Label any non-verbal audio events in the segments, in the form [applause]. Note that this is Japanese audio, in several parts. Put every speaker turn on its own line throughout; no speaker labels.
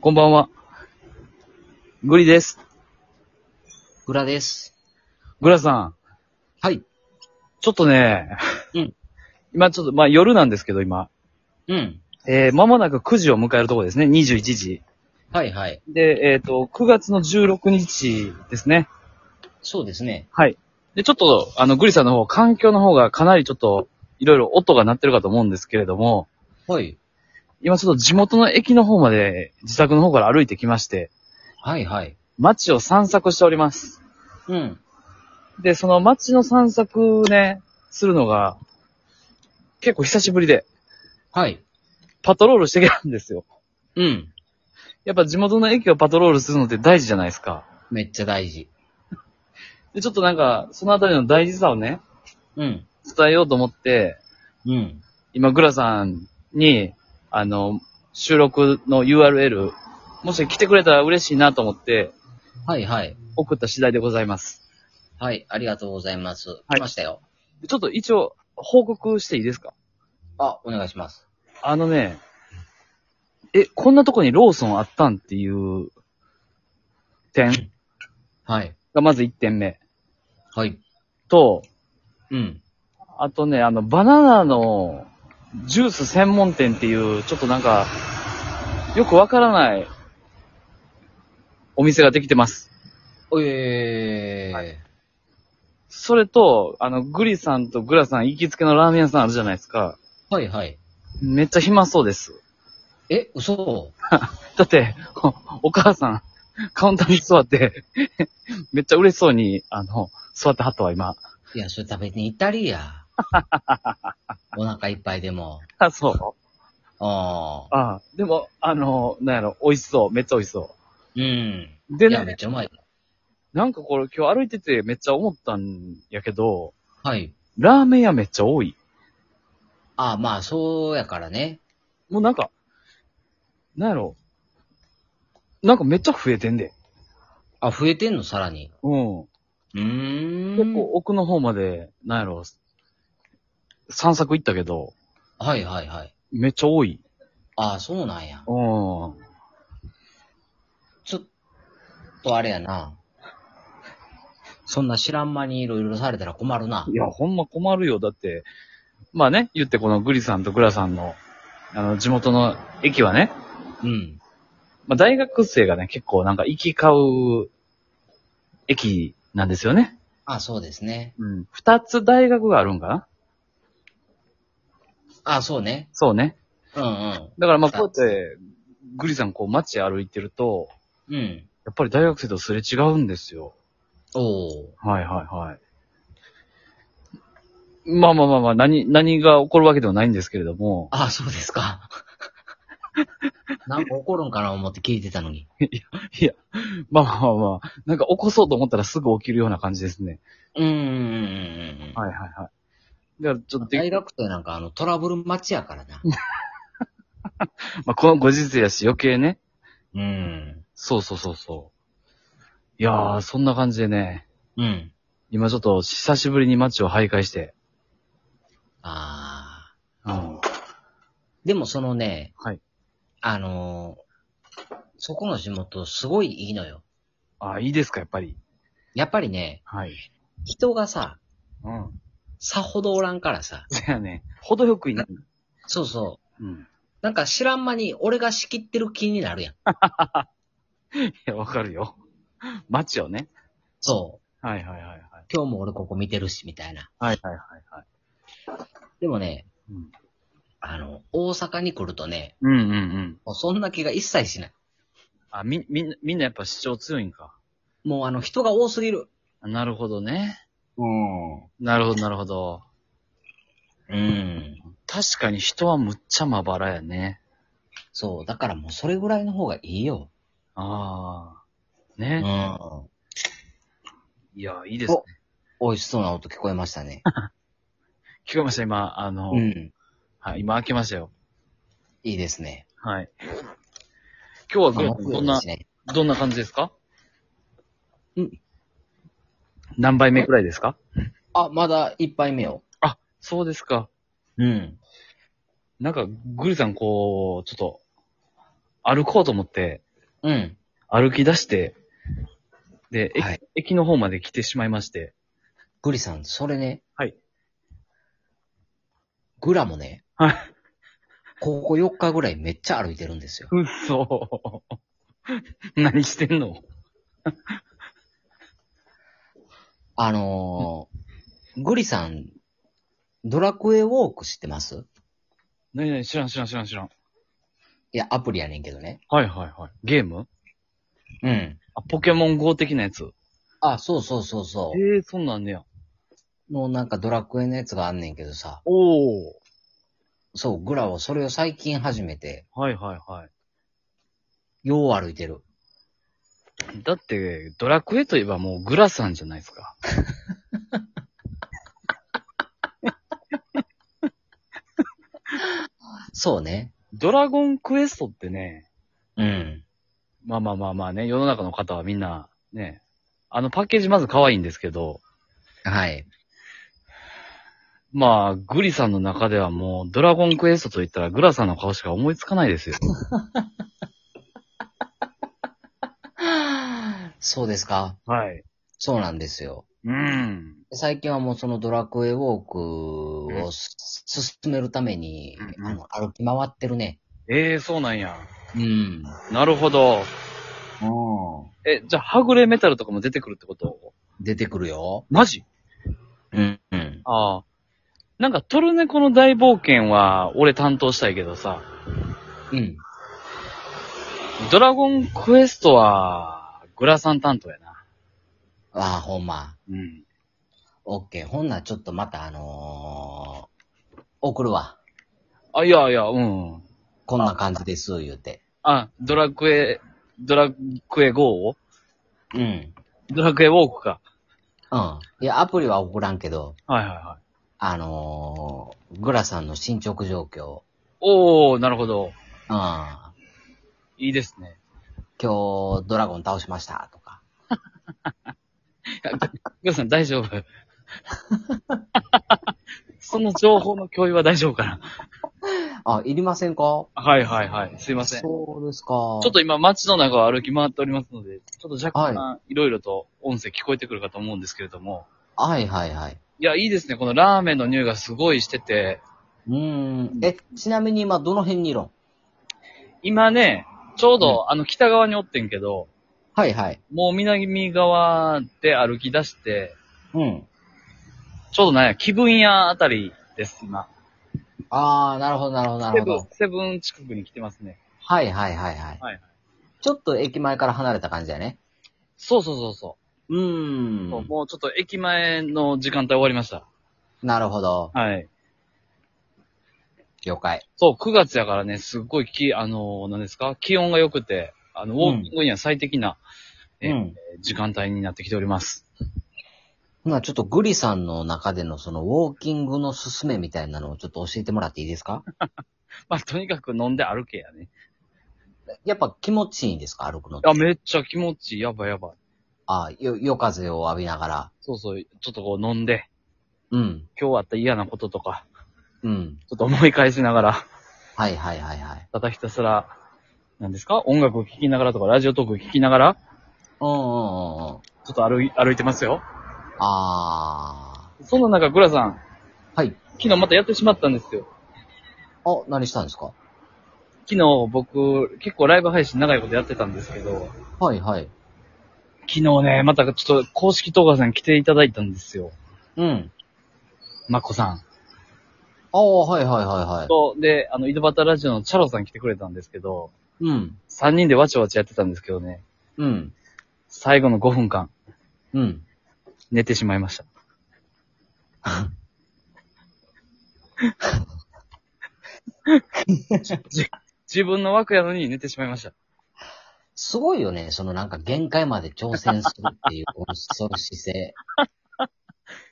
こんばんは。グリです。
裏です。
グラさん、
はい。
ちょっとね、
うん
[laughs] 今ちょっと、まあ夜なんですけど今、
うん。
えー、間もなく9時を迎えるところですね、21時。
はいはい。
で、えっ、と、9月の16日ですね。
そうですね。
はい。で、ちょっと、あの、グリさんの方、環境の方がかなりちょっと、いろいろ音が鳴ってるかと思うんですけれども、
はい。
今ちょっと地元の駅の方まで、自宅の方から歩いてきまして、
はいはい。
街を散策しております。
うん。
で、その街の散策ね、するのが、結構久しぶりで、
はい。
パトロールしてきたんですよ。
うん。
[laughs] やっぱ地元の駅をパトロールするのって大事じゃないですか。
めっちゃ大事。
で、ちょっとなんか、そのあたりの大事さをね、
うん。
伝えようと思って、
うん。
今、グラさんに、あの、収録の URL、もし来てくれたら嬉しいなと思って、
はいはい。
送った次第でございます。
はい。ありがとうございます。
い
来ましたよ。
でちょっと一応、報告していいですか
あ、お願いします。
あのね、え、こんなとこにローソンあったんっていう点
はい。
がまず1点目。
はい。
と、
うん。
あとね、あの、バナナのジュース専門店っていう、ちょっとなんか、よくわからないお店ができてます。
えー。
それと、あの、グリさんとグラさん行きつけのラーメン屋さんあるじゃないですか。
はいはい。
めっちゃ暇そうです。
え、嘘
だって、おお母さん、カウンターに座って、めっちゃ嬉しそうに、あの、座ってはったわ、今。
いや、それ食べに行ったり [laughs] や。お腹いっぱいでも。
あ、そう。
ああ。
あでも、あの、なんやろ、美味しそう。めっちゃ美味しそ
うん。
う。
い
で
や、め
ね
っ、ちゃうまい。
なんかこれ今日歩いててめっちゃ思ったんやけど、
はい。
ラーメン屋めっちゃ多い。
あまあ、そうやからね。
もうなんか、なんやろ、なんかめっちゃ増えてんで。
あ、増えてんのさらに。
うん。
うーん。
結構奥の方まで、なんやろ、散策行ったけど、
はいはいはい。
めっちゃ多い。
ああ、そうなんや。
うん。
ちょっとあれやな。そんな知らん間にいろいろされたら困るな。
いや、ほんま困るよ。だって、まあね、言ってこのグリさんとグラさんの、あの、地元の駅はね、
うん。
まあ大学生がね、結構なんか行き交う駅なんですよね。
ああ、そうですね。
うん。二つ大学があるんかな
ああ、そうね。
そうね。
うんうん。
だからまあこうやって、グリさんこう街歩いてると、
うん。
やっぱり大学生とすれ違うんですよ。
おー。
はいはいはい。まあまあまあまあ、何、何が起こるわけではないんですけれども、
ああ、そうです [laughs] か。なんか怒るんかな思って聞いてたのに。
まあまあまあ、なんか起こそうと思ったらすぐ起きるような感じですね。
うーん。
はいはいはい。だからちょっと、
大学生なんかあのトラブル待ちやからな。
まあ、このご時世やし余計ね。
うん。
そうそうそうそう。いやー、そんな感じでね、
うん。
今ちょっと久しぶりに街を徘徊して、
ああ。
うん。
でもそのね、
はい。
あのーそこの地元すごいいいのよ。
あ、いいですか、やっぱり。
やっぱりね、
はい。
人がさ、
うん。 [laughs]
さほどおらんからさ。
そやね、程よくいない。
そうそう。
うん。
なんか知らん間に俺が仕切ってる気になるやん。
いや、わかる [laughs] よ。街をね。
そう。
はいはいはいはい。
今日も俺ここ見てるし、みたいな。
はいはいはいはい。
でもね、
うん
あの、大阪に来るとね、
うんうんうん。
もうそんな気が一切しない。
あ、み、みんな、みんなやっぱ主張強いんか。
もうあの、人が多すぎる。
なるほどね。
うん。う
なるほどなるほど。
ん。
確かに人はむっちゃまばらやね。
そう。だからもうそれぐらいの方がいいよ。
ああ。
う
ね。
ん。
いや、いいですね。
美味しそうな音聞こえましたね。
聞こえました、今。あの、
うん。
はい、今開けましたよ。
いいですね。
はい。今日はグラ
あ
フ
木曜
どん
日
な
で、すね
どんな感じですか
うん。
何杯目くらいですか
あ、まだ一杯目よ。
あ、そうですか。
うん。
なんか、グリさん、こう、ちょっと、歩こうと思って、
うん。
歩き出して、で、駅
はい
駅の方まで来てしまいまして。
グリさん、それね。
はい。
グラもね、
はい。
ここ4日ぐらいめっちゃ歩いてるんですよ。
うそ。 [laughs] 何してんの
あのー、グリさん、ドラクエウォーク知ってます
何何知らん知らん知らん知らん。
いや、アプリやねんけどね。
はいはいはい。ゲーム
うん。
あ、ポケモン GO 的なやつ。
あ、そうそうそうそ
ええー、そんなんねや。
う。のなんかドラクエのやつがあんねんけどさ。
おー。
そう、グラはそれを最近始めて、
はいはいはい。
よう歩いてる。
だって、ドラクエといえばもうグラさんじゃないですか。
そうね。
ドラゴンクエストってね、
うん。
まあまあまあまあね、世の中の方はみんな、ね、あのパッケージまず可愛いんですけど、
はい。
まあ、グリさんの中ではもう、ドラゴンクエストと言ったらグラさんの顔しか思いつかないですよ。
そうですか。
はい。
そうなんですよ。
うん。
最近はもうそのドラクエウォークをす進めるために、
うん
あの、歩き回ってるね。
ええー、そうなんや。
うん。
なるほど。
う
え、じゃあ、はぐれメタルとかも出てくるってこと
ん。出てくるよ。
マジ
うん。うん。
ああ。なんか、トルネコの大冒険は、俺担当したいけどさ、
うん。
ドラゴンクエストは、グラさん担当やな。
ああ、ほんま。
うん。
オッケー。ほんならちょっとまたあのー送るわ。
あ、いやいや、うん。
こんな感じです、言うて。
あ、ドラクエ、ドラクエ GO を
うん。
ドラクエウォークか。
うん。いや、アプリは送らんけど、
はいはいはい。
あのーグラさんの進捗状況。
おー、なるほど。
うん。今
いいですね。
日、ドラゴン倒しました、とか。
グラさん大 [laughs] 丈夫。その情報の共有は大丈夫かな。
あ、いりませんか
はいはいはい。すいません。ちょ
そうですか。
っと今街の中を歩き回っておりますので、ちょっと若干いろいろと音声聞こえてくるかと思うんですけれども。
はいはいはい。
いや、いいですね。このラーメンの匂いがすごいしてて、
うーん。え、ちなみに今どの辺にいるん
今ね、ちょうどあの北側におってんけど、
はいはい。
もう南側で歩き出して、
うん。
ちょうどなんや、気分屋あたりです、今。
あー、なるほどなるほどな
セ
るほ
ブン
ど。、
セブン近くに来てますね。
はいはいはいはい。
はい
ちょっと駅前から離れた感じだね。
そうそうそうそう
ー
う、
ん。
そうもうちょっと駅前の時間帯終わりました。
なるほど。
はい。
了解。
そう、9月やからね、すっごい気、あのー、何ですか気温が良くて、あの、ウォーキングには最適な、え
う
ー
ん。
時間帯になってきております。
ほな、ちょっとグリさんの中でのそのウォーキングのすすめみたいなのをちょっと教えてもらっていいですか
まあ、とにかく飲んで歩けやね。
やっぱ気持ちいいんですか歩くのって
あ、めっちゃ気持ちいい。やばいやばい。
あよ、夜風を浴びながら。
そうそう、ちょっとこう飲んで、
うん。
今日あった嫌なこととか、
うん。
ちょっと思い返しながら、
はいはいはいはい。
ただひたすら、何ですか音楽を聴きながらとか、ラジオトーク聞きながら、
うんうんうんうん。
ちょっと歩い、歩いてますよ。
あ
そんな中、グラさん、
ー。はい。
昨日またやってしまったんですよ。
あ、何したんですか
昨日僕、結構ライブ配信長いことやってたんですけど、
はいはい。
昨日ね、またちょっと公式動画さん来ていただいたんですよ。
うん。
まっこさん。
ああ、はいはいはいはい。
と、で、あの、井戸端ラジオのチャロさん来てくれたんですけど、
うん。
3人でわちゃわちゃやってたんですけどね、
うん。
最後の5分間、
うん。
寝てしまい [laughs] ました。じ自分の枠やのに寝てしまいました。
すごいよね。そのなんか限界まで挑戦するって [laughs] いう、このその姿勢。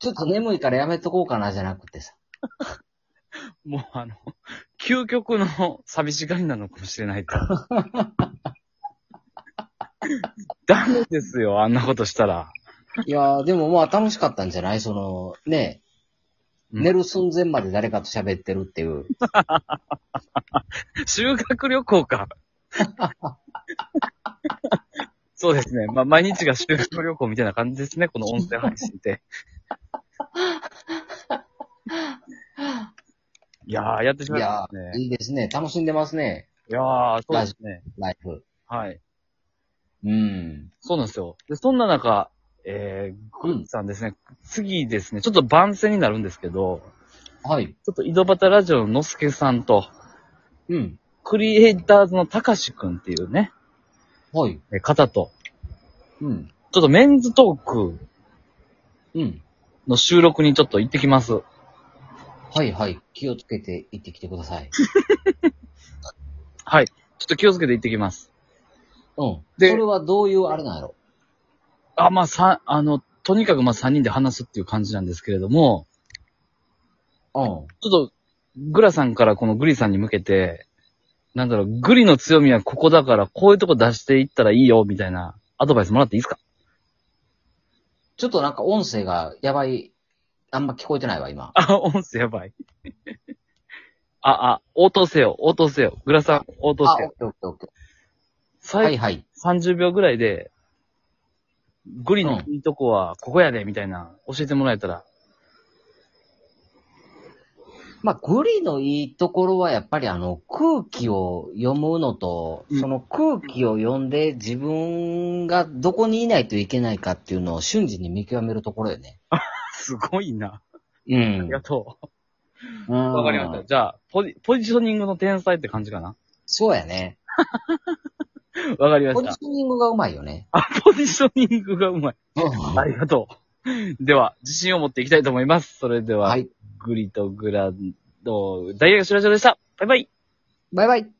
ちょっと眠いからやめとこうかなじゃなくてさ。
もうあの、 [laughs] 究極の寂しがりなのかもしれ [laughs] ないと。ダメですよ、あんなことしたら。
いやー、でもまあ楽しかったんじゃないその、ね、
うん
寝る寸前まで誰かと喋ってるっていう。
[laughs] 修学旅行か。そうですね。まあ、毎日が修学旅行みたいな感じですね、この音声配信 [laughs] って。いやー、やってしま
い
いま
や
したね
ー、。いいですね。楽しんでますね。
いやー、そうですね。
ライフ。
はい。
うん。
そうなんですよ。で、そんな中、えー、
う
グ
ん
ッさんですね、次ですね、ちょっと番宣になるんですけど、
はい。
ちょっと井戸端ラジオののすけさんと、
うん。
クリエイターズのたかしくんっていうね、
はい。
え方と、
うん。
ちょっとメンズトーク
うん。
の収録にちょっと行ってきます。
はいはい。気をつけて行ってきてく
[laughs]
ださい。
はい。ちょっと気をつけて行ってきます。
うん。
で
それはどういうあれなんやろ
あ、まあ、さ、あの、とにかくまあ3人で話すっていう感じなんですけれども、
うん。
ちょっと、グラさんからこのグリさんに向けて、なんだろう、グリの強みはここだから、こういうとこ出していったらいいよ、みたいなアドバイスもらっていいですか
ちょっとなんか音声がやばい。あんま聞こえてないわ、今。
あ、音声やばい。 [laughs] あ、あ、応答せよ、応答せよ。グラさん、応答
あ、
し
オッ
てよ。
ケーオッケーオッケー。は
最
いはい。
30秒ぐらいで、グリのいいとこは、ここやで、みたいな、教えてもらえたら。
まあ、グリのいいところはやっぱりあの、空気を読むのと、
うん
その空気を読んで自分がどこにいないといけないかっていうのを瞬時に見極めるところよね。
すごいな。
う
あ
ん
りが。とう。わ
わ
かりました。。じゃあ、ポジ、ポジショニングの天才って感じかな。
そうやね。
わかりま
ポ
し
ジ
た
シ。ョニングがうまいよね。
あ、ポジショニングがうまい。あ
はい。
りがとう。では、自信を持っていきたいと思います。それでは、
はい。
グリとグラの、ダイヤがシュラジオでした。バイバイ。
バイバイ。